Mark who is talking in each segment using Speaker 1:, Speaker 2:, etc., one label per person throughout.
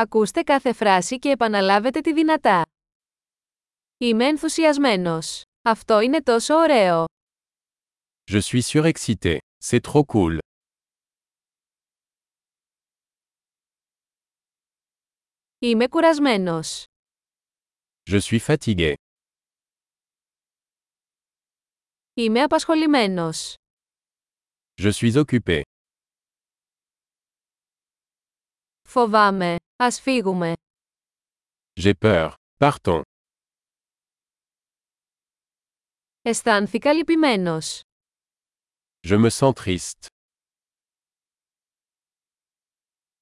Speaker 1: Ακούστε κάθε φράση και επαναλάβετε τη δυνατά. Είμαι ενθουσιασμένος. Αυτό είναι τόσο ωραίο.
Speaker 2: Je suis surexcité. C'est trop cool.
Speaker 1: Είμαι κουρασμένος.
Speaker 2: Je suis fatigué.
Speaker 1: Είμαι απασχολημένος.
Speaker 2: Je suis occupé.
Speaker 1: Φοβάμαι. Ας φύγουμε.
Speaker 2: J'ai peur. Partons.
Speaker 1: Αισθάνθηκα λυπημένος.
Speaker 2: Je me sens triste.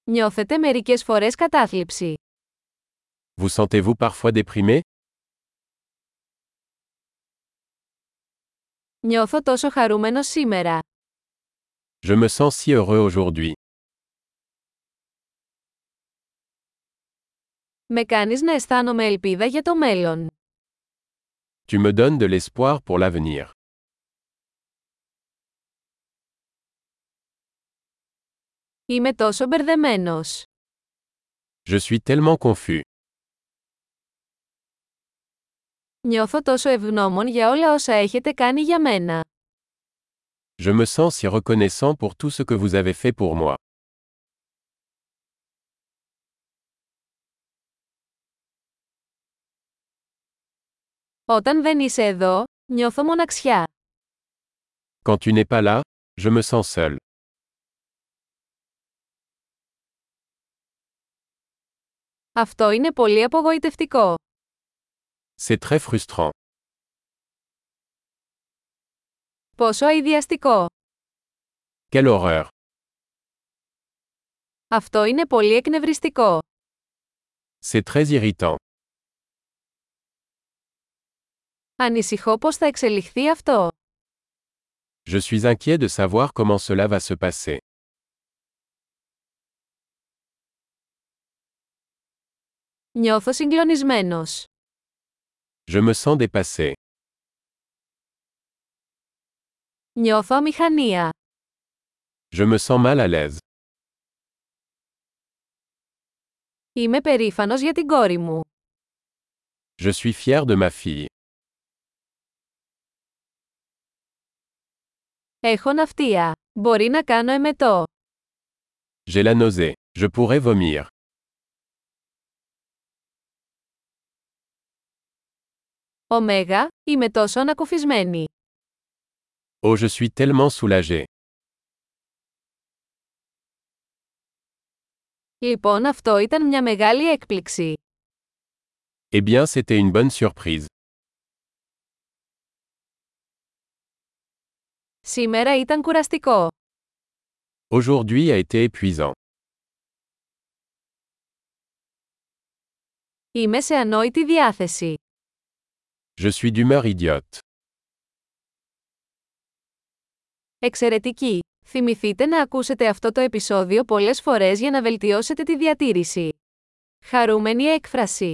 Speaker 1: Νιώθετε μερικές φορές κατάθλιψη.
Speaker 2: Vous sentez-vous parfois déprimé
Speaker 1: Νιώθω τόσο χαρούμενος σήμερα.
Speaker 2: Je me sens si heureux aujourd'hui.
Speaker 1: Με κάνεις να αισθάνομαι ελπίδα για το μέλλον.
Speaker 2: Tu me donnes de l'espoir pour l'avenir.
Speaker 1: Είμαι τόσο μπερδεμένος.
Speaker 2: Je suis tellement confus.
Speaker 1: Νιώθω τόσο ευγνώμων για όλα όσα έχετε κάνει για μένα.
Speaker 2: Je me sens si reconnaissant pour tout ce que vous avez fait pour moi.
Speaker 1: Όταν δεν είσαι εδώ, νιώθω μοναξιά.
Speaker 2: Quand tu n'es pas là, je me sens seul.
Speaker 1: Αυτό είναι πολύ απογοητευτικό.
Speaker 2: C'est très frustrant.
Speaker 1: Πόσο αειδιαστικό.
Speaker 2: Quelle horreur.
Speaker 1: Αυτό είναι πολύ εκνευριστικό.
Speaker 2: C'est très irritant.
Speaker 1: Ανησυχώ πώς θα εξελιχθεί αυτό.
Speaker 2: Je suis inquiet de savoir comment cela va se passer.
Speaker 1: Νιώθω συγκλονισμένος.
Speaker 2: Je me sens dépassé.
Speaker 1: Νιώθω αμηχανία.
Speaker 2: Je me sens mal à l'aise.
Speaker 1: Είμαι περήφανος για την κόρη μου.
Speaker 2: Je suis fier de ma fille.
Speaker 1: Έχω ναυτία. Μπορεί να κάνω εμετό.
Speaker 2: J'ai la nausée. Je pourrais vomir.
Speaker 1: Ωμέγα, είμαι τόσο ανακουφισμένη.
Speaker 2: Oh, je suis tellement soulagé.
Speaker 1: Λοιπόν αυτό ήταν μια μεγάλη έκπληξη.
Speaker 2: Eh bien, c'était une bonne surprise.
Speaker 1: Σήμερα ήταν κουραστικό.
Speaker 2: Aujourd'hui a été épuisant.
Speaker 1: Είμαι σε ανόητη διάθεση.
Speaker 2: Je suis d'humeur idiote.
Speaker 1: Εξαιρετική! Θυμηθείτε να ακούσετε αυτό το επεισόδιο πολλές φορές για να βελτιώσετε τη διατήρηση. Χαρούμενη έκφραση!